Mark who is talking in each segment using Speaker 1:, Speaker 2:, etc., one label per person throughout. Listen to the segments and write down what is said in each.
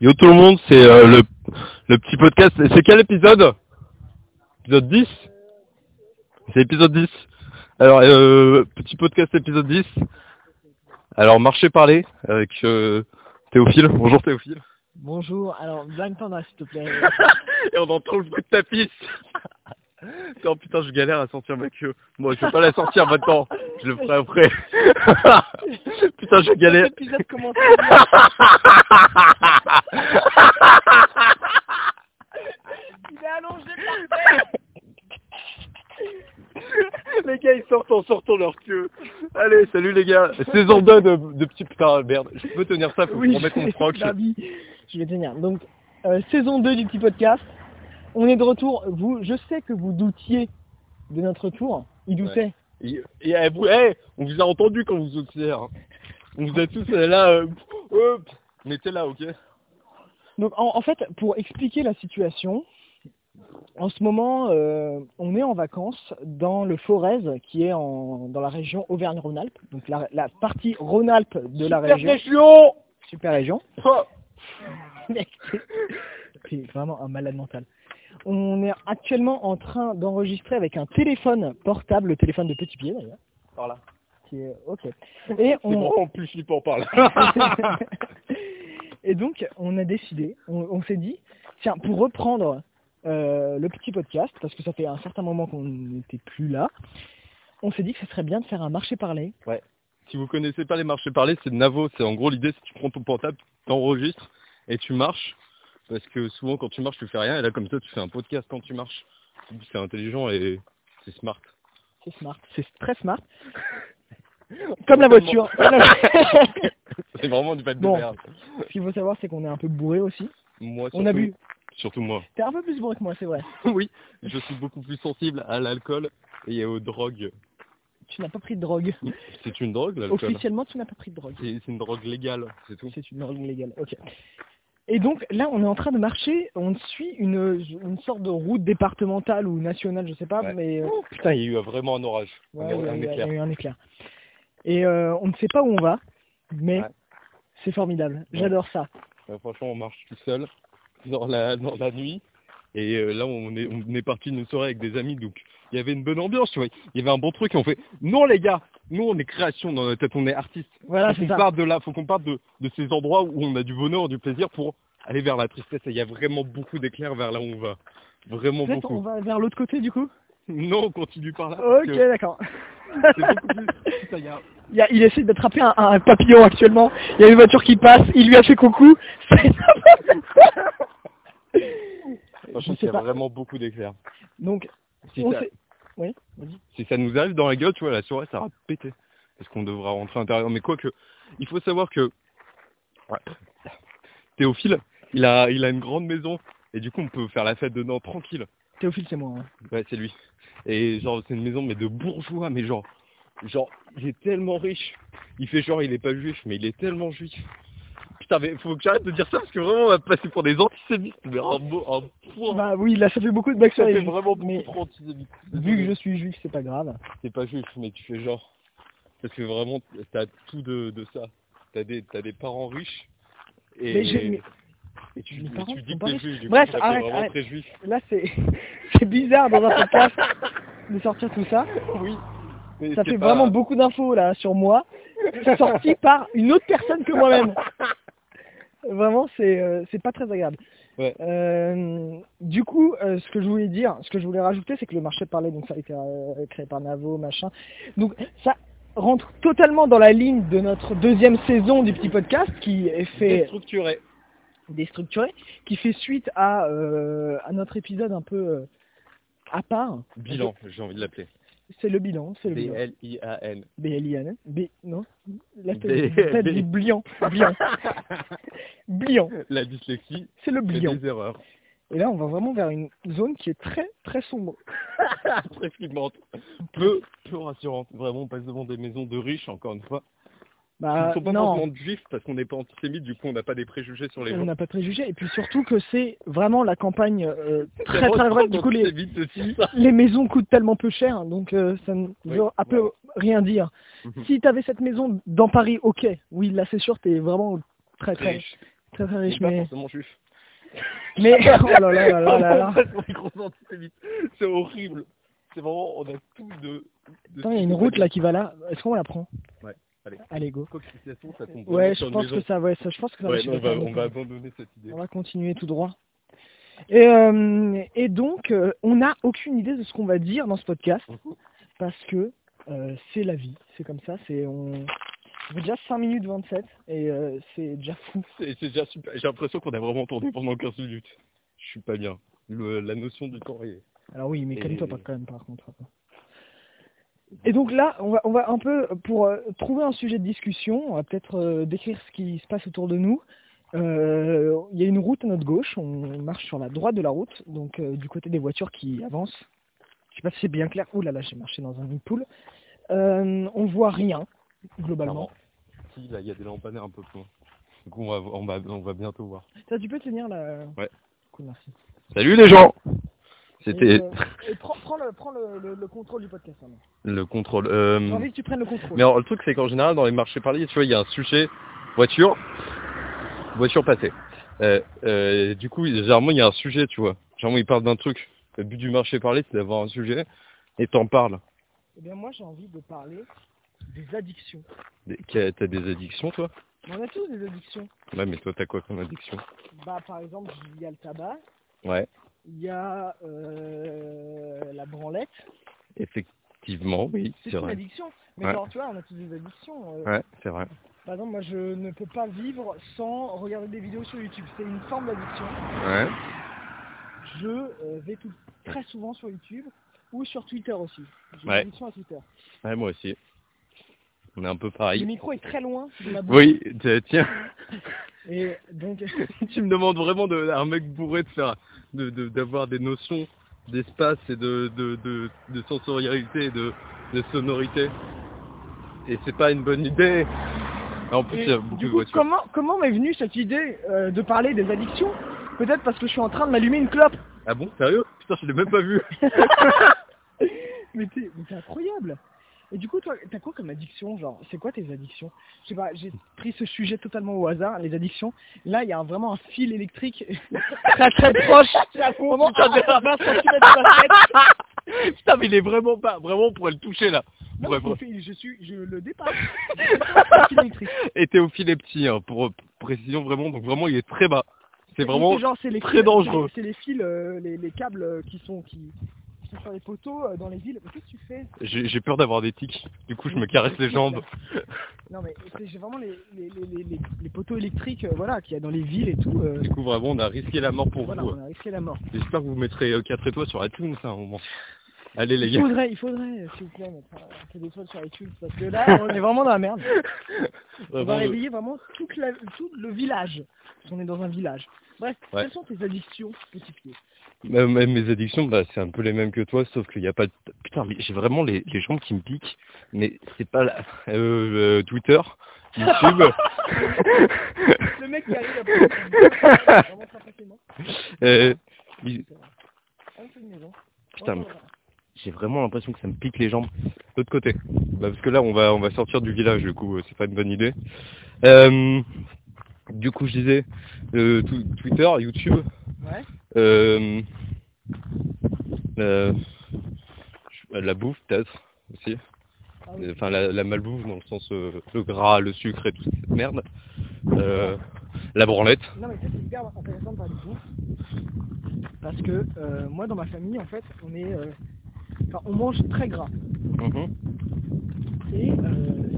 Speaker 1: Yo tout le monde, c'est euh, le, le petit podcast. Et C'est quel épisode Épisode 10 C'est épisode 10. Alors, euh, petit podcast épisode 10. Alors, marché parler avec euh, Théophile. Bonjour Théophile.
Speaker 2: Bonjour, alors Black Panda s'il te plaît.
Speaker 1: Et on entend le bruit de ta piste. Oh putain, je galère à sortir ma queue. Moi, je vais pas la sortir maintenant. Je le ferai après. putain, je galère.
Speaker 2: Cet épisode commence. Il est allongé par terre.
Speaker 1: Les gars, ils sortent en sortant leur queue. Allez, salut les gars. Saison 2 de, de petit putain, merde. Je peux tenir ça, faut que je remette mon froc.
Speaker 2: Babi, Je vais tenir. Donc, euh, saison 2 du petit podcast. On est de retour. Vous, je sais que vous doutiez de notre retour. Il doutait.
Speaker 1: Et, et, eh, vous- eh, on vous a entendu quand vous étiez là. hein. On vous a tous euh, là. Euh, euh, mettez là, ok
Speaker 2: Donc, en, en fait, pour expliquer la situation, en ce moment, euh, on est en vacances dans le Forez, qui est en, dans la région Auvergne-Rhône-Alpes. Donc, la, la partie Rhône-Alpes de la région.
Speaker 1: région
Speaker 2: Super région.
Speaker 1: Oh,
Speaker 2: Mec, t'es- t'es vraiment un malade mental. On est actuellement en train d'enregistrer avec un téléphone portable, le téléphone de petit pied d'ailleurs.
Speaker 1: Par là.
Speaker 2: qui est- Ok. Et,
Speaker 1: C'est
Speaker 2: on...
Speaker 1: vraiment plus flippant par là.
Speaker 2: Et donc, on a décidé, on, on s'est dit, tiens, pour reprendre euh, le petit podcast, parce que ça fait un certain moment qu'on n'était plus là, on s'est dit que ce serait bien de faire un marché parler.
Speaker 1: Si vous connaissez pas les marchés parlés, c'est Navo. C'est en gros l'idée, c'est que tu prends ton portable, t'enregistres et tu marches. Parce que souvent quand tu marches, tu fais rien. Et là comme ça, tu fais un podcast quand tu marches. C'est intelligent et c'est smart.
Speaker 2: C'est smart, c'est très smart. Comme la voiture. Comme la-
Speaker 1: C'est vraiment du bête de
Speaker 2: Bon.
Speaker 1: merde.
Speaker 2: Ce qu'il faut savoir, c'est qu'on est un peu bourré aussi.
Speaker 1: Moi,
Speaker 2: On a
Speaker 1: surtout-
Speaker 2: bu.
Speaker 1: Surtout moi.
Speaker 2: T'es un peu plus bourré que moi, c'est vrai.
Speaker 1: oui, je suis beaucoup plus sensible à l'alcool et aux drogues.
Speaker 2: Tu n'as pas pris de drogue.
Speaker 1: C'est une drogue l'alcool.
Speaker 2: Officiellement, tu n'as pas pris de drogue.
Speaker 1: C'est c'est une drogue légale, c'est tout.
Speaker 2: C'est une drogue légale. Ok. Et donc là, on est en train de marcher. On suit une, une sorte de route départementale ou nationale, je sais pas,
Speaker 1: Ouais.
Speaker 2: mais euh,
Speaker 1: Oh, putain, il y a eu vraiment un orage.
Speaker 2: ouais,
Speaker 1: Un or-
Speaker 2: il y a-
Speaker 1: un
Speaker 2: il y a- il y
Speaker 1: éclair.
Speaker 2: a eu un éclair. Et euh, on ne sait pas où on va, mais
Speaker 1: Ouais.
Speaker 2: c'est formidable.
Speaker 1: Ouais.
Speaker 2: J'adore ça.
Speaker 1: Ouais, franchement, on marche tout seul dans la, dans la nuit. Et euh, là, on est, on est parti une soirée avec des amis, donc il y avait une bonne ambiance, tu vois. Il y avait un bon truc et on fait, non les gars, nous on est création dans notre tête, on est artiste.
Speaker 2: Voilà,
Speaker 1: faut
Speaker 2: Ah, c'est
Speaker 1: qu'on
Speaker 2: ça.
Speaker 1: parte de là, faut qu'on parte de, de ces endroits où on a du bonheur, du plaisir pour aller vers la tristesse. Et il y a vraiment beaucoup d'éclairs vers là où on va. Vraiment
Speaker 2: Peut-être on
Speaker 1: beaucoup.
Speaker 2: va vers l'autre côté du coup
Speaker 1: Non, on continue par là. parce
Speaker 2: Ok,
Speaker 1: que
Speaker 2: d'accord.
Speaker 1: C'est beaucoup plus... Putain, il y a-
Speaker 2: Il, y a- il essaie d'attraper un, un papillon actuellement. Il y a une voiture qui passe, il lui a fait coucou. C'est
Speaker 1: Franchement,
Speaker 2: sais
Speaker 1: il y a
Speaker 2: pas.
Speaker 1: vraiment beaucoup d'éclairs.
Speaker 2: Donc,
Speaker 1: Si
Speaker 2: on
Speaker 1: ça-
Speaker 2: sait- Oui, vas-y.
Speaker 1: si ça nous arrive dans la gueule, tu vois, la soirée, ça va péter. Parce qu'on devra rentrer à l'intérieur. Mais quoique, il faut savoir que ouais, Théophile, il a, il a une grande maison. Et du coup, on peut faire la fête dedans tranquille.
Speaker 2: Théophile, c'est moi. hein.
Speaker 1: Ouais, c'est lui. Et genre, c'est une maison, mais de bourgeois, mais genre, genre, il est tellement riche. Il fait genre, il est pas juif, mais il est tellement juif. Putain, mais faut que j'arrête de dire ça, parce que vraiment, on va passer pour des antisémites. Mais un mot, un point.
Speaker 2: Bah oui, là ça fait beaucoup de blagues
Speaker 1: ça
Speaker 2: sur les
Speaker 1: fait
Speaker 2: juifs.
Speaker 1: vraiment beaucoup
Speaker 2: mais
Speaker 1: trop antisémite.
Speaker 2: Vu que je suis juif, c'est pas grave.
Speaker 1: t'es pas juif, mais tu fais genre. Parce que vraiment, t'as tout de, de ça. T'as des, t'as des parents riches. Et,
Speaker 2: Mais j'ai- mais-
Speaker 1: et tu,
Speaker 2: mes
Speaker 1: mais tu
Speaker 2: parents
Speaker 1: dis
Speaker 2: sont
Speaker 1: que
Speaker 2: pas
Speaker 1: t'es
Speaker 2: riches.
Speaker 1: juif. du
Speaker 2: Bref,
Speaker 1: coup, ça fait
Speaker 2: arrête,
Speaker 1: vraiment
Speaker 2: arrête.
Speaker 1: très juif.
Speaker 2: Là c'est c'est bizarre dans un podcast de sortir tout ça.
Speaker 1: Oui. Mais
Speaker 2: Ça
Speaker 1: c'est
Speaker 2: fait
Speaker 1: pas-
Speaker 2: vraiment beaucoup d'infos là sur moi, sorti par une autre personne que moi-même. Vraiment, c'est euh, c'est pas très agréable.
Speaker 1: Ouais.
Speaker 2: Euh, du coup, euh, ce que je voulais dire, ce que je voulais rajouter, c'est que le marché parlait, donc ça a été euh, créé par Navo, machin. Donc ça rentre totalement dans la ligne de notre deuxième saison du petit podcast qui est fait
Speaker 1: Déstructuré.
Speaker 2: déstructuré, qui fait suite à, euh, à notre épisode un peu euh, à part.
Speaker 1: Bilan, j'ai envie de l'appeler.
Speaker 2: C'est le bilan, c'est le bilan.
Speaker 1: B-L-I-A-N.
Speaker 2: B-L-I-N. B, non La
Speaker 1: B-
Speaker 2: tête la tête
Speaker 1: B-
Speaker 2: du bliant. Bliant. Bliant.
Speaker 1: La dyslexie
Speaker 2: C'est le
Speaker 1: fait
Speaker 2: bliant.
Speaker 1: des erreurs.
Speaker 2: Et là, on va vraiment vers une zone qui est très, très sombre.
Speaker 1: Très flippante. Peu, peu rassurante. Vraiment, on passe devant des maisons de riches, encore une fois. Ils ne
Speaker 2: Bah,
Speaker 1: sont pas
Speaker 2: non,
Speaker 1: forcément juifs parce qu'on n'est pas antisémite, du coup, on n'a pas des préjugés sur les gens.
Speaker 2: on n'a pas de préjugés. Et puis surtout que c'est vraiment la campagne euh, très,
Speaker 1: Vraiment,
Speaker 2: très à droite. Du
Speaker 1: antisémite
Speaker 2: coup, les,
Speaker 1: aussi.
Speaker 2: les maisons coûtent tellement peu cher, donc euh, ça ne
Speaker 1: Oui,
Speaker 2: veut un peu
Speaker 1: voilà.
Speaker 2: rien dire.
Speaker 1: Mhm.
Speaker 2: Si tu avais cette maison dans Paris, ok, oui, là c'est sûr, t'es vraiment très très
Speaker 1: riche.
Speaker 2: Très très
Speaker 1: Il
Speaker 2: riche,
Speaker 1: est pas
Speaker 2: mais.
Speaker 1: forcément juif.
Speaker 2: Mais. Oh là là là là là
Speaker 1: Pardon,
Speaker 2: là.
Speaker 1: parce qu'on est gros antisémites. C'est horrible. C'est vraiment, on a tout de. de-
Speaker 2: Attends, il y a une route là qui va là. Est-ce qu'on la prend
Speaker 1: Ouais, allez.
Speaker 2: Allez, go.
Speaker 1: Quoi que de toute façon, ça tombe vraiment
Speaker 2: Ouais, je
Speaker 1: sur une
Speaker 2: pense
Speaker 1: maison.
Speaker 2: que ça, ouais, ça, je pense que ça
Speaker 1: Ouais,
Speaker 2: je
Speaker 1: non,
Speaker 2: sais
Speaker 1: on,
Speaker 2: pas,
Speaker 1: va,
Speaker 2: ça
Speaker 1: on va
Speaker 2: va.
Speaker 1: abandonner cette idée.
Speaker 2: On va continuer tout droit. Et, euh, et donc, euh, on n'a aucune idée de ce qu'on va dire dans ce podcast parce que euh, c'est la vie, c'est comme ça, c'est on. on fait déjà 5 minutes 27 et euh, c'est déjà fou.
Speaker 1: C'est c'est déjà super. J'ai l'impression qu'on a vraiment tourné pendant 15 minutes. Je suis pas bien. Le- la notion du temps est.
Speaker 2: Alors oui, mais
Speaker 1: Et-
Speaker 2: calme-toi pas quand même par contre. Et donc là, on va, on va un peu, pour euh, trouver un sujet de discussion, on va peut-être euh, décrire ce qui se passe autour de nous. Euh, Il y a une route à notre gauche, on marche sur la droite de la route, donc euh, du côté des voitures qui avancent. Je sais pas si c'est bien clair. Ouh là là, j'ai marché dans un pool. Euh, on voit rien, globalement.
Speaker 1: Clairement. Si, là, il y a des lampadaires un peu plus loin. Donc on va, on va, on va bientôt voir.
Speaker 2: Ça, tu peux tenir là
Speaker 1: Ouais.
Speaker 2: Cool, merci.
Speaker 1: Salut les gens
Speaker 2: Et,
Speaker 1: C'était Hmm.
Speaker 2: euh, et prends, prends le, prends le, le- le contrôle du podcast. maintenant.
Speaker 1: le contrôle. euh,
Speaker 2: J'ai envie que tu prennes le contrôle.
Speaker 1: Mais alors, le truc, c'est qu'en général, dans les marchés parliers, tu vois, il y a un sujet voiture, voiture passée. Euh, euh, du coup, généralement, il y a un sujet, tu vois. Généralement, ils parlent d'un truc. Le but du marché parler, c'est d'avoir un sujet et t'en parles.
Speaker 2: Eh bien, moi, j'ai envie de parler des addictions.
Speaker 1: Des- qu'est- T'as des addictions, toi
Speaker 2: Mais On a tous des addictions.
Speaker 1: Ouais, mais toi, t'as quoi comme addiction
Speaker 2: Bah, par exemple, il y a le tabac,
Speaker 1: Ouais,
Speaker 2: il y a euh, la branlette.
Speaker 1: effectivement, oui,
Speaker 2: C'est
Speaker 1: c'est
Speaker 2: une
Speaker 1: vrai.
Speaker 2: addiction. Mais
Speaker 1: Ouais.
Speaker 2: genre, tu vois, on a tous des addictions. euh.
Speaker 1: Ouais, c'est vrai.
Speaker 2: Par exemple, moi, je ne peux pas vivre sans regarder des vidéos sur YouTube. C'est une forme d'addiction.
Speaker 1: Ouais.
Speaker 2: Je euh, vais tout, très souvent sur YouTube ou sur Twitter aussi. J'ai
Speaker 1: Ouais.
Speaker 2: une addiction à Twitter.
Speaker 1: Ouais, moi aussi. On est un peu
Speaker 2: Le
Speaker 1: pareil.
Speaker 2: micro est très loin de ma bouche.
Speaker 1: Ah, Oui, t- tiens,
Speaker 2: Et donc,
Speaker 1: tu me demandes vraiment de, un mec bourré de faire, de- de- d'avoir des notions d'espace et de, de, de, de sensorialité et de, de sonorité. Et c'est pas une bonne idée. Ah, En plus,
Speaker 2: Et
Speaker 1: il y a beaucoup
Speaker 2: du
Speaker 1: de
Speaker 2: coup,
Speaker 1: voitures.
Speaker 2: comment, comment m'est venue cette idée euh, de parler des addictions Peut-être parce que je suis en train de m'allumer une clope.
Speaker 1: Ah bon, sérieux Putain, je l'ai même pas vu.
Speaker 2: Mais t'es mais t'es incroyable Et du coup, toi, t'as quoi comme addiction Genre, c'est quoi tes addictions Je sais pas, j'ai pris ce sujet totalement au hasard, les addictions. Là, il y a un- vraiment un fil électrique très très proche. Vraiment,
Speaker 1: putain,
Speaker 2: à 20 centimètres de ma tête.
Speaker 1: Putain, mais il est vraiment pas, vraiment, on pourrait le toucher là.
Speaker 2: Non,
Speaker 1: Ouais,
Speaker 2: je
Speaker 1: bon.
Speaker 2: fais- je, suis, je le dépasse. Je dépasse le fil électrique.
Speaker 1: Et Théophile est petit, hein, pour pour précision vraiment, donc vraiment, il est très bas. C'est vraiment,
Speaker 2: genre, c'est les
Speaker 1: très
Speaker 2: fils-
Speaker 1: dangereux.
Speaker 2: C'est les fils, euh, les, les câbles euh, qui sont, qui, qui sont sur les poteaux euh, dans les villes. Mais Qu'est-ce que tu fais
Speaker 1: j'ai j'ai peur d'avoir des tics. Du coup, je me caresse les jambes.
Speaker 2: Non mais c'est- j'ai vraiment les, les, les, les, les- les poteaux électriques euh, voilà, qu'il y a dans les villes et tout. euh,
Speaker 1: Du coup, vraiment, on a risqué la mort pour
Speaker 2: voilà,
Speaker 1: vous.
Speaker 2: on a risqué la mort.
Speaker 1: J'espère que vous mettrez 4 étoiles sur iTunes à un moment. Allez les
Speaker 2: Il
Speaker 1: gars,
Speaker 2: faudrait, il faudrait, euh, s'il vous plaît, mettre euh, un peu d'étoiles sur iTunes parce que là, on est vraiment dans la merde. On va
Speaker 1: Vraiment, Euh, le-
Speaker 2: réveiller vraiment toute la- tout le village, parce qu'on est dans un village. Bref,
Speaker 1: Ouais.
Speaker 2: quelles sont tes addictions, petit pied
Speaker 1: euh, même mes addictions, bah, c'est un peu les mêmes que toi, sauf qu'il n'y a pas... de- Putain, mais j'ai vraiment les, les jambes qui me piquent, mais c'est pas la... euh, euh, Twitter, YouTube,
Speaker 2: Le mec qui arrive après, vraiment très facilement.
Speaker 1: euh, il-
Speaker 2: Ah, c'est une maison.
Speaker 1: Putain,
Speaker 2: Oh,
Speaker 1: mais- j'ai vraiment l'impression que ça me pique les jambes. L'autre côté, Bah, parce que là on va on va sortir du village, du coup, euh, c'est pas une bonne idée. Euh, du coup, je disais, euh, tw- Twitter, YouTube,
Speaker 2: Ouais.
Speaker 1: Euh, euh, je- la bouffe peut-être aussi.
Speaker 2: Ah oui.
Speaker 1: Enfin la, la malbouffe dans le sens euh, le gras, le sucre et toute cette merde. Euh, la branlette.
Speaker 2: Non mais c'est hyper intéressant de parler de bouffe. Parce que euh, moi dans ma famille en fait on est euh, enfin on mange très gras. Et euh,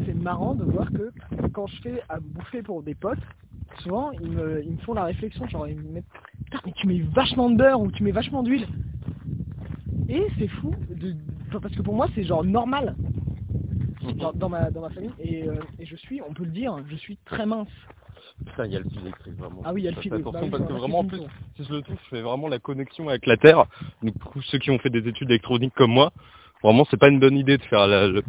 Speaker 2: c'est marrant de voir que quand je fais à bouffer pour des potes, souvent ils me, ils me font la réflexion, genre ils me mettent Putain mais tu mets vachement de beurre ou tu mets vachement d'huile. Et c'est fou de. enfin, parce que pour moi c'est genre normal
Speaker 1: Mhm.
Speaker 2: dans, dans ma, dans ma famille. Et, euh, et je suis, on peut le dire, je suis très mince.
Speaker 1: Putain, il y a le fil électrique vraiment.
Speaker 2: Ah oui, il y a le fil.
Speaker 1: Attention
Speaker 2: bah oui,
Speaker 1: parce que
Speaker 2: voilà,
Speaker 1: vraiment en
Speaker 2: c'est
Speaker 1: plus,
Speaker 2: une tour.
Speaker 1: si je le touche, je fais vraiment la connexion avec la Terre. Donc pour ceux qui ont fait des études électroniques comme moi, vraiment c'est pas une bonne idée de faire la- le-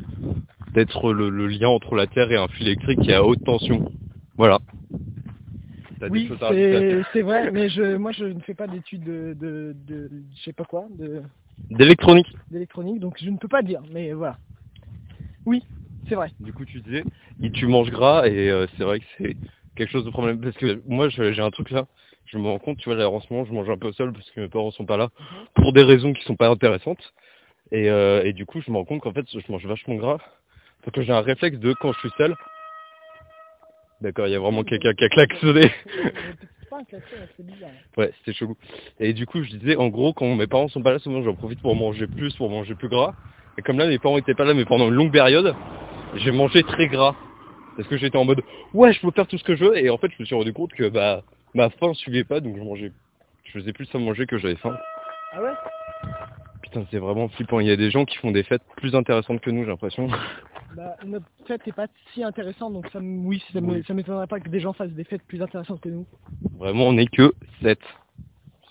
Speaker 1: d'être le, le lien entre la Terre et un fil électrique qui est à haute tension. Voilà. T'as des
Speaker 2: Oui,
Speaker 1: choses à rajouter à ça
Speaker 2: c'est c'est vrai, mais je, moi je ne fais pas d'études de, de, de, je sais pas quoi, de-
Speaker 1: D'électronique.
Speaker 2: d'électronique, donc je ne peux pas dire, mais voilà. Oui, c'est vrai.
Speaker 1: Du coup, tu disais, et tu manges gras et euh, c'est vrai que c'est quelque chose de problème. Parce que moi, je- j'ai un truc là. Je me rends compte, tu vois, là, en ce moment, je mange un peu seul parce que mes parents sont pas là pour des raisons qui sont pas intéressantes. Et, euh, et du coup, je me rends compte qu'en fait, je mange vachement gras. Donc j'ai un réflexe de quand je suis seul. D'accord, il y a vraiment quelqu'un qui a klaxonné.
Speaker 2: C'est pas un klaxon, c'est bizarre.
Speaker 1: Ouais, c'était chelou. Et du coup, je disais, en gros, quand mes parents sont pas là, souvent j'en profite pour manger plus, pour manger plus gras. Et comme là, mes parents étaient pas là, mais pendant une longue période, j'ai mangé très gras. Parce que j'étais en mode, ouais, je peux faire tout ce que je veux. Et en fait, je me suis rendu compte que bah, ma faim suivait pas, donc je mangeais, je faisais plus à manger que j'avais faim.
Speaker 2: Ah ouais
Speaker 1: Putain, c'est vraiment flippant. Il y a des gens qui font des fêtes plus intéressantes que nous, j'ai l'impression.
Speaker 2: Bah, notre fête n'est pas si intéressante, donc ça, m- oui, ça m-
Speaker 1: Oui.
Speaker 2: ça m'étonnerait pas que des gens fassent des fêtes plus intéressantes que nous.
Speaker 1: Vraiment, on n'est que 7.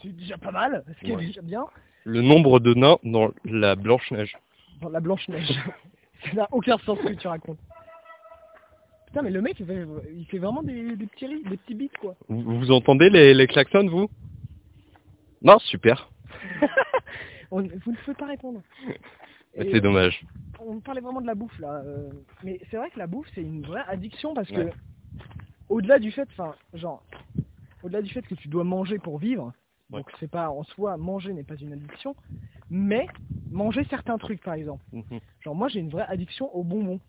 Speaker 2: C'est déjà pas mal, ce qui
Speaker 1: Ouais.
Speaker 2: est déjà bien.
Speaker 1: Le nombre de nains dans la Blanche-Neige.
Speaker 2: Dans la Blanche-Neige. ça n'a aucun sens ce que tu racontes. Putain, mais le mec, il fait, il fait vraiment des, des petits ris, des petits beats, quoi.
Speaker 1: Vous, vous entendez les, les klaxons, vous Non, super.
Speaker 2: On- vous ne pouvez pas répondre.
Speaker 1: Mais
Speaker 2: Et
Speaker 1: C'est dommage.
Speaker 2: on parlait vraiment de la bouffe, là. euh, Mais c'est vrai que la bouffe, c'est une vraie addiction, parce
Speaker 1: Ouais.
Speaker 2: que, au-delà du fait, enfin, genre, au-delà du fait que tu dois manger pour vivre,
Speaker 1: Ouais.
Speaker 2: donc c'est pas, en soi, manger n'est pas une addiction, mais manger certains trucs, par exemple. Genre, moi, j'ai une vraie addiction aux bonbons.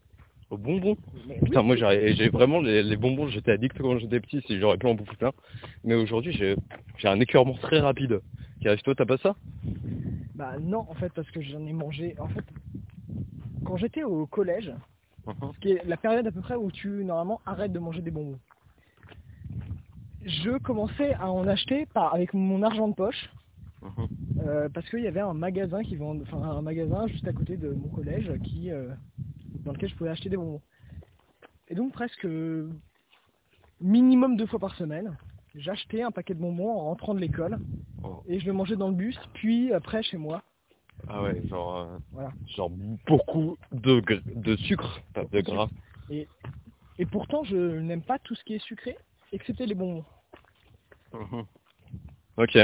Speaker 1: Aux bonbons
Speaker 2: Mais oui,
Speaker 1: Putain, moi j'ai j'ai vraiment les, les bonbons, j'étais addict quand j'étais petit, si j'aurais pu en bouffer plein. Mais aujourd'hui, j'ai j'ai un écœurement très rapide. Qui arrive, toi, t'as pas ça
Speaker 2: Bah non, en fait, parce que j'en ai mangé. En fait, quand j'étais au collège, ce qui est la période à peu près où tu normalement arrêtes de manger des bonbons, je commençais à en acheter par, avec mon argent de poche, euh, parce qu'il y avait un magasin qui vend, enfin un magasin juste à côté de mon collège qui, euh, dans lequel je pouvais acheter des bonbons. Et donc presque euh, minimum deux fois par semaine, j'achetais un paquet de bonbons en rentrant de l'école
Speaker 1: Oh.
Speaker 2: et je le mangeais dans le bus, puis après chez moi.
Speaker 1: Ah ouais, genre, euh,
Speaker 2: Voilà.
Speaker 1: genre beaucoup de, gr- de sucre, pas de gras.
Speaker 2: Et pourtant, je n'aime pas tout ce qui est sucré, excepté les bonbons.
Speaker 1: Mhm. Ok.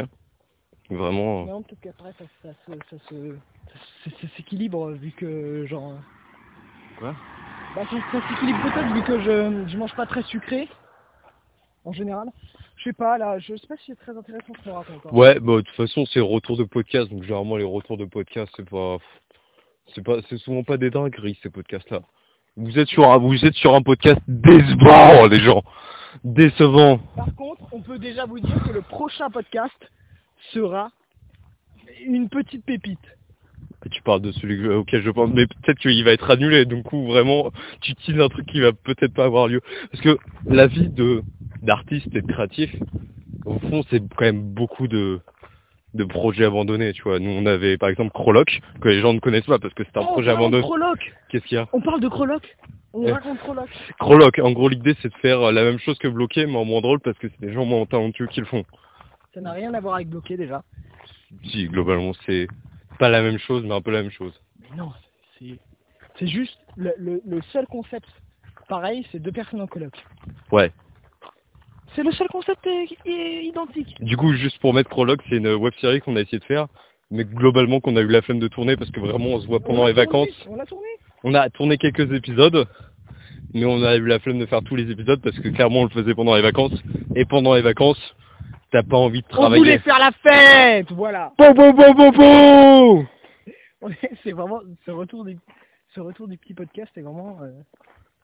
Speaker 1: Vraiment. euh,
Speaker 2: Mais en tout cas, après, ça, ça se- ça se- ça se- ça s'équilibre, euh, vu que, genre... euh,
Speaker 1: Quoi
Speaker 2: Bah, ça, ça s'équilibre peut-être, vu que je, je mange pas très sucré, en général. Je sais pas, là, je sais pas si c'est très intéressant ce qu'on raconte. hein.
Speaker 1: Ouais, bah de toute façon, c'est retour de podcast, donc généralement, les retours de podcast, c'est pas. C'est pas, c'est souvent pas des dingueries ces podcasts-là. Vous êtes sur un, vous êtes sur un podcast décevant, les gens. Décevant.
Speaker 2: Par contre, on peut déjà vous dire que le prochain podcast sera une petite pépite.
Speaker 1: Et Tu parles de celui que- auquel je pense, mais peut-être qu'il va être annulé. Donc, coup, vraiment, tu utilises un truc qui va peut-être pas avoir lieu. Parce que la vie de d'artiste et de créatif, au fond, c'est quand même beaucoup de de projets abandonnés. Tu vois, nous, on avait par exemple Croloc, que les gens ne connaissent pas parce que c'est un
Speaker 2: Oh,
Speaker 1: projet
Speaker 2: on parle de
Speaker 1: abandonné.
Speaker 2: Croloc
Speaker 1: Qu'est-ce qu'il y a
Speaker 2: On parle de Croloc On
Speaker 1: Eh.
Speaker 2: raconte Croloc
Speaker 1: Croloc. En gros, l'idée, c'est de faire euh, la même chose que Bloqué, mais en moins drôle parce que c'est des gens moins talentueux qui le font.
Speaker 2: Ça n'a rien à voir avec Bloqué, déjà.
Speaker 1: Si, globalement, c'est pas la même chose, mais un peu la même chose.
Speaker 2: Mais non, c'est c'est juste le, le- le seul concept. Pareil, c'est deux personnes en coloc.
Speaker 1: Ouais.
Speaker 2: C'est le seul concept euh, qui est identique.
Speaker 1: Du coup, juste pour mettre Prologue, c'est une web série qu'on a essayé de faire, mais globalement qu'on a eu la flemme de tourner parce que vraiment on se voit pendant
Speaker 2: On l'a
Speaker 1: les vacances.
Speaker 2: tourné, On l'a tourné.
Speaker 1: On a tourné quelques épisodes, mais on a eu la flemme de faire tous les épisodes parce que clairement on le faisait pendant les vacances. Et pendant les vacances, t'as pas envie de
Speaker 2: On
Speaker 1: travailler.
Speaker 2: voulait faire la fête, voilà.
Speaker 1: Bon, bon, bon, bon, bon
Speaker 2: On est- C'est vraiment ce retour des ce retour du petit podcast est vraiment euh,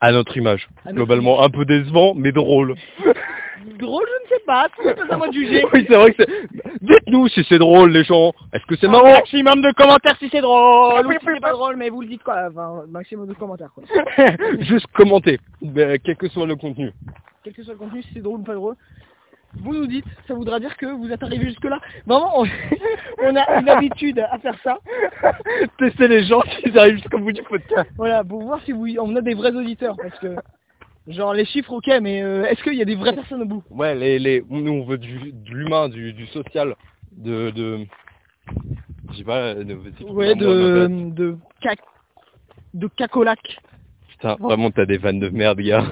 Speaker 1: À notre image.
Speaker 2: à notre-
Speaker 1: Globalement un peu décevant, mais drôle.
Speaker 2: drôle, je ne sais pas, c'est pas à moi de juger.
Speaker 1: oui, c'est vrai que c'est... Dites-nous si c'est drôle, les gens. Est-ce que c'est marrant
Speaker 2: Maximum de commentaires si c'est drôle, ou si c'est Oh, pas drôle, mais vous le dites quoi, enfin, maximum de commentaires quoi.
Speaker 1: Juste commenter, euh, quel que soit le contenu.
Speaker 2: quel que soit le contenu, si c'est drôle ou pas drôle, vous nous dites, ça voudra dire que vous êtes arrivé jusque là. Vraiment, on, on a une habitude à faire ça.
Speaker 1: Tester les gens s'ils arrivent jusqu'au bout du podcast.
Speaker 2: Voilà, pour voir si vous, on a des vrais auditeurs, parce que genre les chiffres, ok, mais euh, est-ce qu'il y a des vraies personnes au bout
Speaker 1: Ouais, les, les, nous on veut du, de l'humain, du, du social, de, de, je sais pas, de, c'est quoi le
Speaker 2: Ouais,
Speaker 1: nom de la
Speaker 2: de de cac, de cacolac.
Speaker 1: place Putain, vraiment t'as des vannes de merde, gars.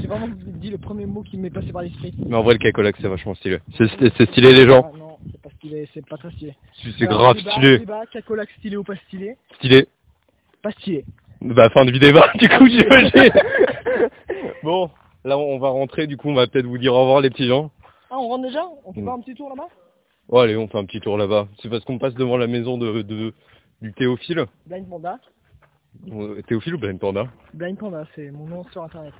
Speaker 2: J'ai vraiment dit le premier mot qui m'est passé par l'esprit.
Speaker 1: Mais en vrai, le cacolac c'est vachement stylé. C'est, c'est- c'est stylé les gens.
Speaker 2: Ah non, c'est pas stylé, c'est pas très stylé.
Speaker 1: C'est, Bah, c'est
Speaker 2: Alors,
Speaker 1: grave
Speaker 2: débat,
Speaker 1: stylé.
Speaker 2: débat, cacolac stylé ou pas stylé
Speaker 1: Stylé.
Speaker 2: Pas stylé.
Speaker 1: Bah fin de vidéo, du coup j'imagine. bon, Là, on va rentrer, du coup, on va peut-être vous dire au revoir, les petits gens.
Speaker 2: Ah, on rentre déjà On fait
Speaker 1: Mm.
Speaker 2: pas un petit tour là-bas
Speaker 1: Oh, allez, on fait un petit tour là-bas. C'est parce qu'on passe devant la maison de, de- du Théophile.
Speaker 2: Blind Panda.
Speaker 1: Euh, Théophile ou Blind Panda
Speaker 2: Blind Panda, c'est mon nom sur internet.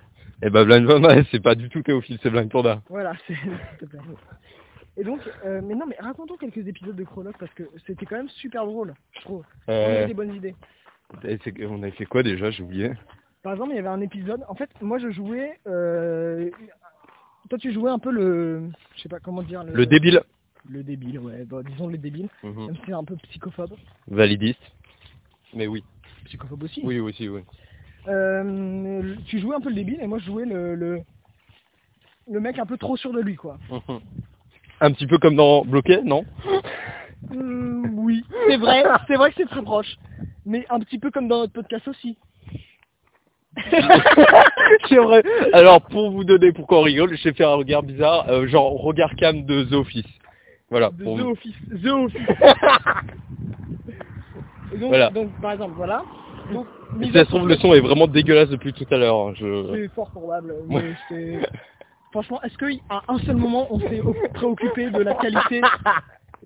Speaker 1: Eh ben, Blind Panda, c'est pas du tout Théophile, c'est Blind Panda.
Speaker 2: Voilà, c'est. s'il te plaît. Et donc, euh, mais non, mais racontons quelques épisodes de Chronoc parce que c'était quand même super drôle, je trouve. On a
Speaker 1: Euh,
Speaker 2: des bonnes idées.
Speaker 1: et c'est- on avait fait quoi déjà J'ai oublié.
Speaker 2: Par exemple, il y avait un épisode. En fait, moi, je jouais. euh, Toi, tu jouais un peu le. Je sais pas comment dire.
Speaker 1: Le Mm. débile.
Speaker 2: Le débile, ouais. Bon, disons le débile. Même si c'est un peu psychophobe.
Speaker 1: Validiste. Mhm. Mais oui.
Speaker 2: Psychophobe aussi.
Speaker 1: Oui, aussi, oui.
Speaker 2: Euh, le- tu jouais un peu le débile et moi, je jouais le. le... le mec un peu trop sûr de lui, quoi.
Speaker 1: Mhm. Un petit peu comme dans Bloqué, non
Speaker 2: Euh, oui, c'est vrai, c'est vrai que c'est très proche. Mais un petit peu comme dans notre podcast aussi.
Speaker 1: C'est vrai. Alors, pour vous donner pourquoi on rigole, je vais faire un regard bizarre, euh, genre regard cam de The Office. Voilà.
Speaker 2: De
Speaker 1: Ah, pour
Speaker 2: The
Speaker 1: vous.
Speaker 2: Office. The Office. Et donc,
Speaker 1: Voilà.
Speaker 2: donc, par exemple, voilà. Donc,
Speaker 1: Si ça se trouve, le son est vraiment dégueulasse depuis tout à l'heure. hein, Je...
Speaker 2: C'est fort probable. mais
Speaker 1: Ouais.
Speaker 2: c'est- Franchement, est-ce qu'à un seul moment, on s'est o- préoccupé de la qualité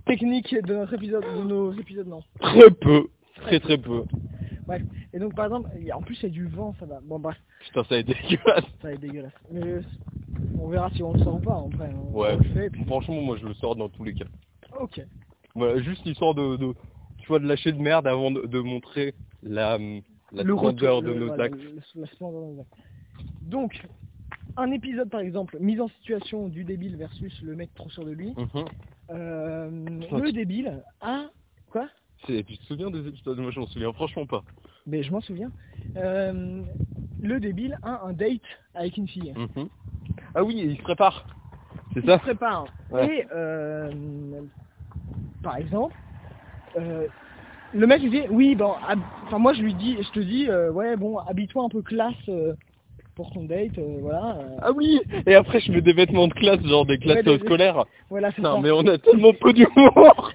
Speaker 2: technique de notre épisode De nos épisodes, non.
Speaker 1: Très peu. Très très peu.
Speaker 2: Et donc, par exemple, il y a- en plus, il y a du vent, ça va. Bon, bref,
Speaker 1: Putain, ça a été dégueulasse.
Speaker 2: ça va être dégueulasse. Mais on verra si on le sort ou pas, après. On
Speaker 1: Ouais.
Speaker 2: on le fait, et puis-
Speaker 1: Franchement, moi je le sors dans tous les cas.
Speaker 2: Ok.
Speaker 1: Voilà, juste histoire de, de- tu vois, de lâcher de merde avant de, de montrer la, hum, la grandeur de
Speaker 2: le-
Speaker 1: nos
Speaker 2: voilà,
Speaker 1: actes.
Speaker 2: le- le- la splendeur de nos actes. Donc, un épisode par exemple, mise en situation du débile versus le mec trop sûr de lui.
Speaker 1: Mhm.
Speaker 2: Euh,
Speaker 1: Putain,
Speaker 2: le débile a. Quoi
Speaker 1: C'est- Et tu te souviens des épisodes Moi je m'en souviens franchement pas.
Speaker 2: Mais je m'en souviens. Euh, le débile a un date avec une fille.
Speaker 1: Mhm. Ah oui, et il se prépare. C'est
Speaker 2: Il se
Speaker 1: ça
Speaker 2: prépare.
Speaker 1: Ouais.
Speaker 2: Et euh, par exemple, euh, le mec il dit oui bon, hab- enfin moi je lui dis, je te dis euh, ouais bon, habille-toi un peu classe euh, pour ton date, euh, voilà. euh,
Speaker 1: Ah oui Et après je mets des vêtements de classe, genre des classes
Speaker 2: Ouais, des-
Speaker 1: euh, scolaires.
Speaker 2: voilà c'est ça.
Speaker 1: Non mais on a tellement peu d'humour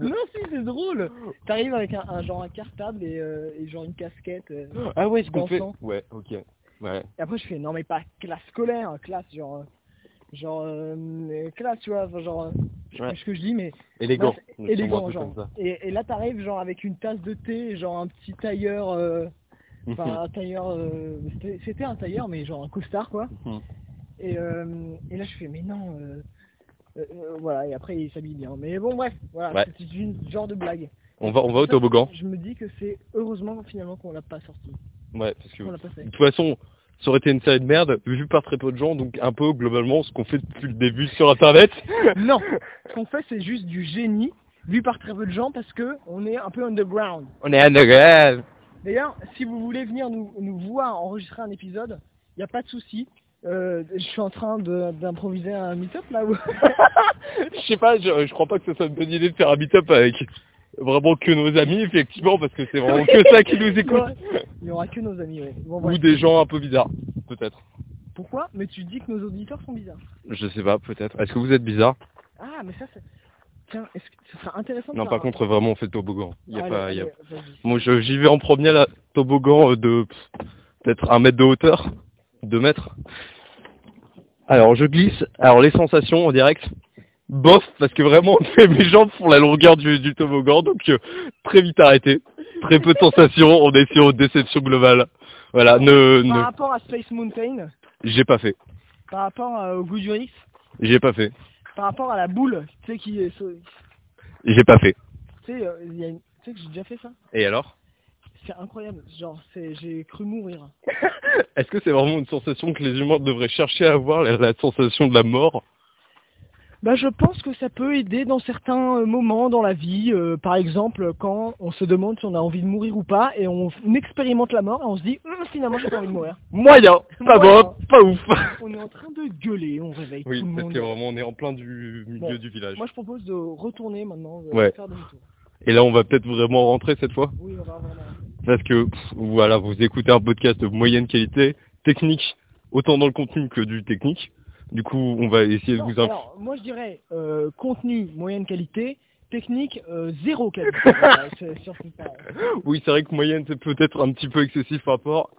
Speaker 2: Non, si, c'est drôle. T'arrives avec un, un genre un cartable et, euh, et genre une casquette. euh.
Speaker 1: Ah ouais, ce qu'on fait.
Speaker 2: Dansant.
Speaker 1: Ouais, ok. Ouais.
Speaker 2: Et après, je fais non, mais pas classe scolaire, classe genre. euh, Genre. euh, euh, classe, tu vois, enfin, genre. euh, Je sais
Speaker 1: Ouais.
Speaker 2: plus ce que je dis, mais.
Speaker 1: Élégant.
Speaker 2: bref,
Speaker 1: Nous sommes un
Speaker 2: élégant,
Speaker 1: peu
Speaker 2: genre.
Speaker 1: comme ça.
Speaker 2: Et, et là, t'arrives genre avec une tasse de thé, genre un petit tailleur. euh,
Speaker 1: Mhm.
Speaker 2: Enfin, un tailleur. euh, c'était- C'était un tailleur, mais genre un costard, quoi.
Speaker 1: Mhm.
Speaker 2: Et, euh, et là, je fais mais non. euh, euh, euh, voilà, et après, il s'habille bien. Mais bon, bref, voilà,
Speaker 1: Ouais.
Speaker 2: c'est une genre de blague.
Speaker 1: on va, on va au toboggan.
Speaker 2: Je me dis que c'est heureusement finalement qu'on l'a pas sorti.
Speaker 1: Ouais, parce que
Speaker 2: qu'on l'a pas fait.
Speaker 1: de toute façon, ça aurait été une série de merde, vue par très peu de gens, donc un peu globalement ce qu'on fait depuis le début sur Internet.
Speaker 2: non Ce qu'on fait c'est juste du génie vu par très peu de gens parce que on est un peu underground.
Speaker 1: On est underground.
Speaker 2: D'ailleurs, si vous voulez venir nous, nous voir enregistrer un épisode, il n'y a pas de souci. Euh, je suis en train de- d'improviser un meet-up là où...
Speaker 1: Je sais pas, je, je crois pas que ce soit une bonne idée de faire un meet-up avec vraiment que nos amis, effectivement, parce que c'est vraiment que ça qui nous écoute.
Speaker 2: Il n'y aura que nos amis, ouais. Bon,
Speaker 1: Ou
Speaker 2: bref.
Speaker 1: des gens un peu bizarres, peut-être.
Speaker 2: Pourquoi Mais tu dis que nos auditeurs sont bizarres.
Speaker 1: Je sais pas, peut-être. Est-ce que vous êtes bizarre
Speaker 2: Ah, mais ça c'est... Tiens, est-ce que ce sera intéressant de
Speaker 1: Non,
Speaker 2: faire
Speaker 1: par
Speaker 2: un- Ah,
Speaker 1: contre, vraiment, on fait toboggan. Y a
Speaker 2: Allez,
Speaker 1: pas, y a-
Speaker 2: allez, vas-y.
Speaker 1: Moi, je- j'y vais en premier, là, toboggan euh, de pff, peut-être un mètre de hauteur, deux mètres. Alors, je glisse. Alors, les sensations en direct, bof, parce que vraiment, mes jambes font la longueur du, du toboggan, donc euh, très vite arrêté. Très peu de sensations, on est sur une déception globale. Voilà, ne,
Speaker 2: Par
Speaker 1: ne,
Speaker 2: rapport à Space Mountain,
Speaker 1: j'ai pas fait,
Speaker 2: par rapport euh, au goût du Rix,
Speaker 1: j'ai pas fait,
Speaker 2: par rapport à la boule, tu sais qui est- tu
Speaker 1: j'ai pas fait.
Speaker 2: sais, euh, il y a une- tu sais que j'ai déjà fait ça
Speaker 1: Et alors
Speaker 2: C'est incroyable, genre c'est j'ai cru mourir.
Speaker 1: Est-ce que c'est vraiment une sensation que les humains devraient chercher à avoir, la- la sensation de la mort
Speaker 2: Bah je pense que ça peut aider dans certains euh, moments dans la vie, euh, par exemple quand on se demande si on a envie de mourir ou pas et on, f- on expérimente la mort et on se dit Hum, finalement j'ai pas envie de mourir.
Speaker 1: Moyen, pas
Speaker 2: Moyen.
Speaker 1: bon, pas ouf.
Speaker 2: On est en train de gueuler, on réveille
Speaker 1: Oui,
Speaker 2: tout le
Speaker 1: parce
Speaker 2: monde.
Speaker 1: que vraiment, on est en plein du milieu
Speaker 2: Bon,
Speaker 1: du village.
Speaker 2: Moi je propose de retourner maintenant, de
Speaker 1: Ouais.
Speaker 2: faire demi-tour.
Speaker 1: Et là, on va peut-être vraiment rentrer cette fois.
Speaker 2: Oui, on va vraiment.
Speaker 1: Parce que, pff, voilà, vous écoutez un podcast de moyenne qualité, technique, autant dans le contenu que du technique. Du coup, on va essayer de
Speaker 2: Non,
Speaker 1: vous... inf-
Speaker 2: alors, moi je dirais euh, contenu moyenne qualité, technique euh, zéro qualité. Voilà, c'est- surtout pas-
Speaker 1: Oui, c'est vrai que moyenne, c'est peut-être un petit peu excessif par rapport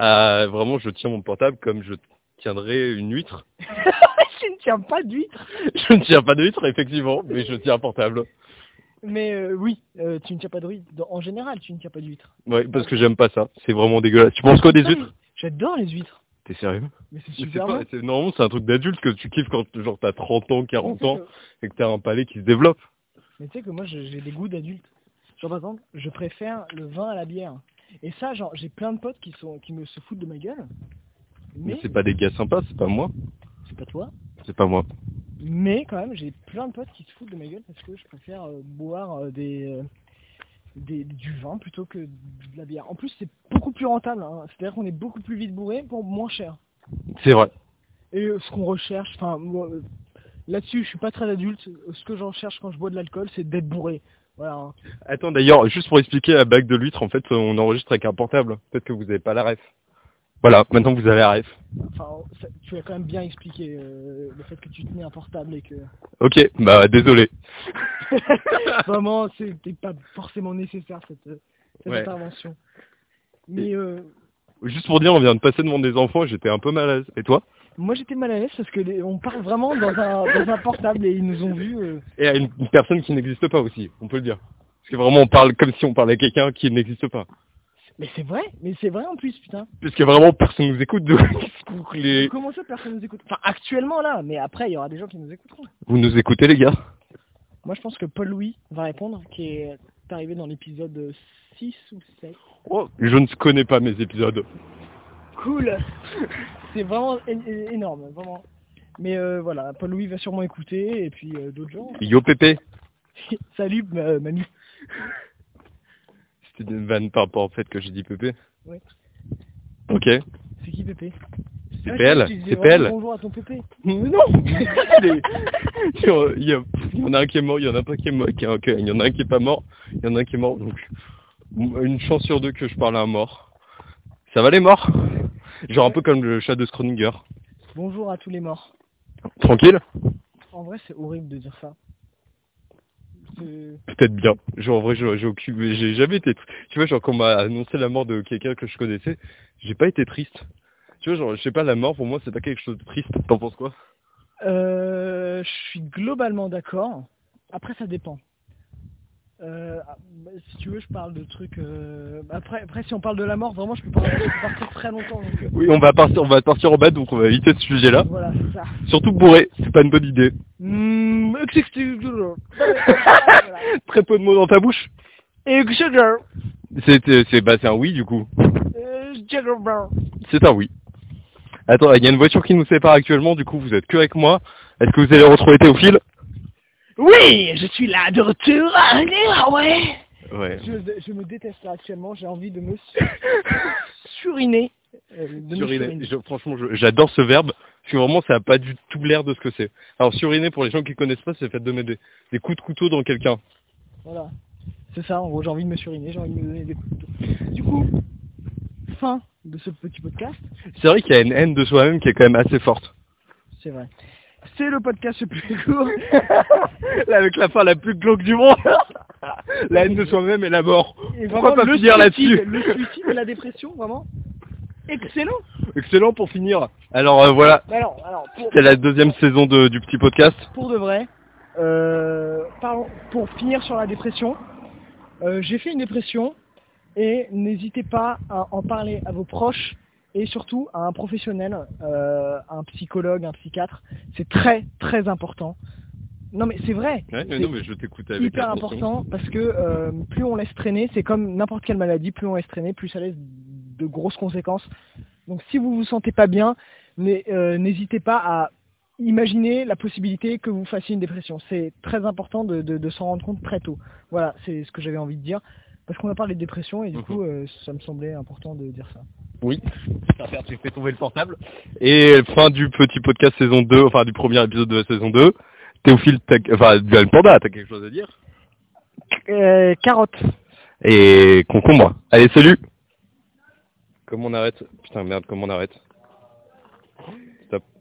Speaker 1: à- vraiment, je tiens mon portable comme je tiendrais une huître.
Speaker 2: tu ne tiens pas d'huître.
Speaker 1: Je ne tiens pas de huître, effectivement, mais je tiens un portable.
Speaker 2: Mais euh, oui, euh, tu ne tiens pas d'huître. Dans- En général, tu ne tiens pas d'huître.
Speaker 1: Ouais, parce que j'aime pas ça. C'est vraiment dégueulasse. Tu penses quoi des huîtres
Speaker 2: J'adore les huîtres.
Speaker 1: T'es sérieux
Speaker 2: Mais c'est
Speaker 1: Mais c'est
Speaker 2: super
Speaker 1: pas,
Speaker 2: bon.
Speaker 1: c'est, normalement, c'est un truc d'adulte que tu kiffes quand genre t'as 30 ans, 40 ans et que t'as un palais qui se développe.
Speaker 2: Mais tu sais que moi, je- j'ai des goûts d'adulte. Genre, par exemple, je préfère le vin à la bière. Et ça, genre, j'ai plein de potes qui, sont, qui me se foutent de ma gueule.
Speaker 1: Mais
Speaker 2: Mais,
Speaker 1: c'est pas des gars sympas, c'est pas moi.
Speaker 2: c'est pas toi.
Speaker 1: C'est pas moi.
Speaker 2: Mais quand même, j'ai plein de potes qui se foutent de ma gueule parce que je préfère euh, boire euh, des, euh, des- du vin plutôt que de la bière. En plus, c'est beaucoup plus rentable. hein. C'est-à-dire qu'on est beaucoup plus vite bourré pour moins cher.
Speaker 1: C'est vrai.
Speaker 2: Et euh, ce qu'on recherche, enfin, moi, euh, là-dessus, je suis pas très adulte. Ce que j'en cherche quand je bois de l'alcool, c'est d'être bourré. Voilà. hein.
Speaker 1: Attends, d'ailleurs, juste pour expliquer la bague de l'huître, en fait, on enregistre avec un portable. Peut-être que vous avez pas la ref. Voilà, maintenant vous avez la ref.
Speaker 2: Enfin, ça- tu as quand même bien expliqué euh, le fait que tu tenais un portable et que
Speaker 1: Ok, bah désolé.
Speaker 2: vraiment, c'était pas forcément nécessaire cette, euh, cette
Speaker 1: Ouais.
Speaker 2: intervention. Mais euh,
Speaker 1: Juste pour dire, on vient de passer devant des enfants, j'étais un peu mal à l'aise. Et toi
Speaker 2: Moi j'étais mal à l'aise parce que les- on parle vraiment dans un, dans un portable et ils nous ont vus. euh.
Speaker 1: Et à une, une personne qui n'existe pas aussi, on peut le dire. Parce que vraiment, on parle comme si on parlait à quelqu'un qui n'existe pas.
Speaker 2: Mais c'est vrai, mais c'est vrai en plus putain.
Speaker 1: Parce que vraiment, personne nous écoute. donc, les-
Speaker 2: Comment ça personne nous écoute Enfin actuellement là, mais après il y aura des gens qui nous écouteront.
Speaker 1: Vous nous écoutez, les gars
Speaker 2: Moi je pense que Paul Louis va répondre, qui est euh, arrivé dans l'épisode 6 ou 7.
Speaker 1: Oh, je ne connais pas mes épisodes.
Speaker 2: Cool C'est vraiment é- é- énorme, vraiment. Mais euh, voilà, Paul Louis va sûrement écouter et puis euh, d'autres gens.
Speaker 1: Yo Pépé
Speaker 2: Salut ma- euh, mamie.
Speaker 1: C'était une vanne par rapport au fait que j'ai dit Pépé
Speaker 2: Ouais.
Speaker 1: Ok.
Speaker 2: C'est qui Pépé
Speaker 1: C'est
Speaker 2: Ah,
Speaker 1: PL,
Speaker 2: tu disais
Speaker 1: c'est
Speaker 2: vraiment
Speaker 1: PL.
Speaker 2: Bonjour à ton Pépé.
Speaker 1: Non Les- Sur- Il y, a- il y en a un qui est mort, il y en a pas qui est mort, qui est- ok, il y en a un qui est pas mort, il y en a un qui est mort, donc une chance sur deux que je parle à un mort. Ça va les morts Genre un peu comme le chat de Schrödinger.
Speaker 2: Bonjour à tous les morts.
Speaker 1: Tranquille
Speaker 2: En vrai, c'est horrible de dire ça. C'est-
Speaker 1: Peut-être bien. Genre en vrai, je- j'ai aucune- j'ai jamais été. tr- Tu vois, genre quand on m'a annoncé la mort de quelqu'un que je connaissais, j'ai pas été triste. Tu vois, genre je sais pas, la mort pour moi c'est pas quelque chose de triste. T'en penses quoi
Speaker 2: Euh, je suis globalement d'accord. Après, ça dépend. Euh, ah, bah, si tu veux, je parle de trucs. euh, Après, après, si on parle de la mort, vraiment, je peux parler- je peux partir très longtemps. donc, euh,
Speaker 1: Oui, on va partir, on va partir en bas, donc on va éviter ce sujet-là.
Speaker 2: Voilà, c'est ça.
Speaker 1: Surtout bourré, c'est pas une bonne idée.
Speaker 2: Mm, exceptionnel.
Speaker 1: Très peu de mots dans ta bouche.
Speaker 2: Exceptionnel.
Speaker 1: C'est, euh, c'est, bah, c'est un oui du coup.
Speaker 2: Euh, exceptionnel.
Speaker 1: C'est un oui. Attends, il y a une voiture qui nous sépare actuellement, du coup vous êtes que avec moi. Est-ce que vous allez retrouver Théophile
Speaker 2: Oui, je suis là de retour. Allez, ah ouais.
Speaker 1: Ouais.
Speaker 2: Je, je me déteste là actuellement. J'ai envie de me su- suriner. Euh, de me suriner.
Speaker 1: Je- franchement, je- j'adore ce verbe. Parce que vraiment, ça n'a pas du tout l'air de ce que c'est. Alors, suriner, pour les gens qui connaissent pas, c'est le fait de mettre des, des coups de couteau dans quelqu'un.
Speaker 2: Voilà. C'est ça, en gros, j'ai envie de me suriner, j'ai envie de me donner des coups de couteau. Du coup, fin de ce petit podcast,
Speaker 1: C'est vrai qu'il y a une haine de soi-même qui est quand même assez forte.
Speaker 2: c'est vrai. C'est le podcast le plus court.
Speaker 1: Là, avec la fin la plus glauque du monde. la haine de soi-même et la mort.
Speaker 2: Et
Speaker 1: Pourquoi pas
Speaker 2: le
Speaker 1: finir
Speaker 2: suicide-
Speaker 1: là-dessus
Speaker 2: Le suicide et la dépression, vraiment. Excellent
Speaker 1: Excellent pour finir. Alors, euh, voilà.
Speaker 2: Mais Alors, alors pour,
Speaker 1: C'est la deuxième saison de- du petit podcast.
Speaker 2: pour de vrai, euh, parlons- pour finir sur la dépression, euh, j'ai fait une dépression et n'hésitez pas à en parler à vos proches et surtout à un professionnel, euh, un psychologue, un psychiatre. C'est très très important. Non mais c'est vrai, mais non,
Speaker 1: mais je t'écoute
Speaker 2: hyper important parce que euh, plus on laisse traîner, c'est comme n'importe quelle maladie, plus on laisse traîner, plus ça laisse de grosses conséquences. Donc si vous vous sentez pas bien, n'hé- euh, n'hésitez pas à imaginer la possibilité que vous fassiez une dépression. C'est très important de, de- de s'en rendre compte très tôt. Voilà, c'est ce que j'avais envie de dire. Parce qu'on a parlé de dépression et du
Speaker 1: Mhm.
Speaker 2: coup, euh, ça me semblait important de dire ça.
Speaker 1: Oui. tu fais tomber le portable. Et fin du petit podcast saison 2, enfin du premier épisode de la saison 2. Théophile, t'as, enfin, Dual Panda, t'as quelque chose à dire
Speaker 2: Euh, carotte.
Speaker 1: Et concombre. Allez, salut Comment on arrête Putain, merde, comment on arrête